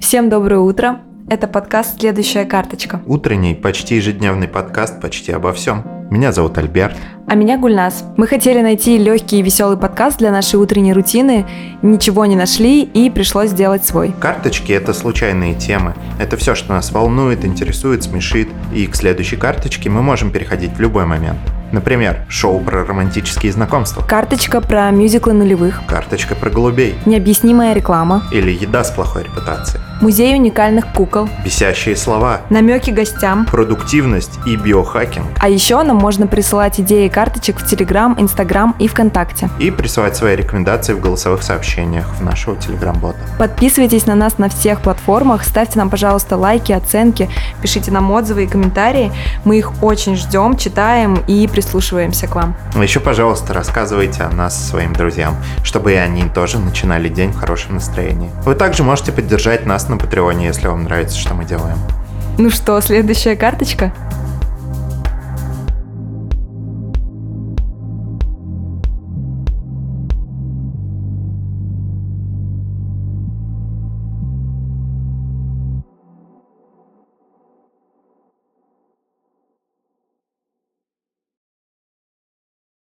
Всем доброе утро. Это подкаст «Следующая карточка». Утренний, почти ежедневный подкаст почти обо всем. Меня зовут Альберт. А меня Гульнас. Мы хотели найти легкий и веселый подкаст для нашей утренней рутины, ничего не нашли и пришлось сделать свой. Карточки – это случайные темы. Это все, что нас волнует, интересует, смешит. И к следующей карточке мы можем переходить в любой момент. Например, шоу про романтические знакомства, Карточка про мюзиклы нулевых, карточка про голубей необъяснимая реклама, или еда с плохой репутацией, музей уникальных кукол, бесящие слова, намеки гостям. продуктивность и биохакинг. А еще нам можно присылать идеи карточек в Телеграм, Инстаграм и ВКонтакте. И присылать свои рекомендации в голосовых сообщениях в нашего телеграм-бота. Подписывайтесь на нас на всех платформах, ставьте нам, пожалуйста, лайки, оценки, пишите нам отзывы и комментарии. Мы их очень ждем, читаем и прислушиваемся к вам. А Еще, пожалуйста, рассказывайте о нас своим друзьям, чтобы и они тоже начинали день в хорошем настроении. Вы также можете поддержать нас на Патреоне, если вам нравится, что мы делаем. Ну что, следующая карточка?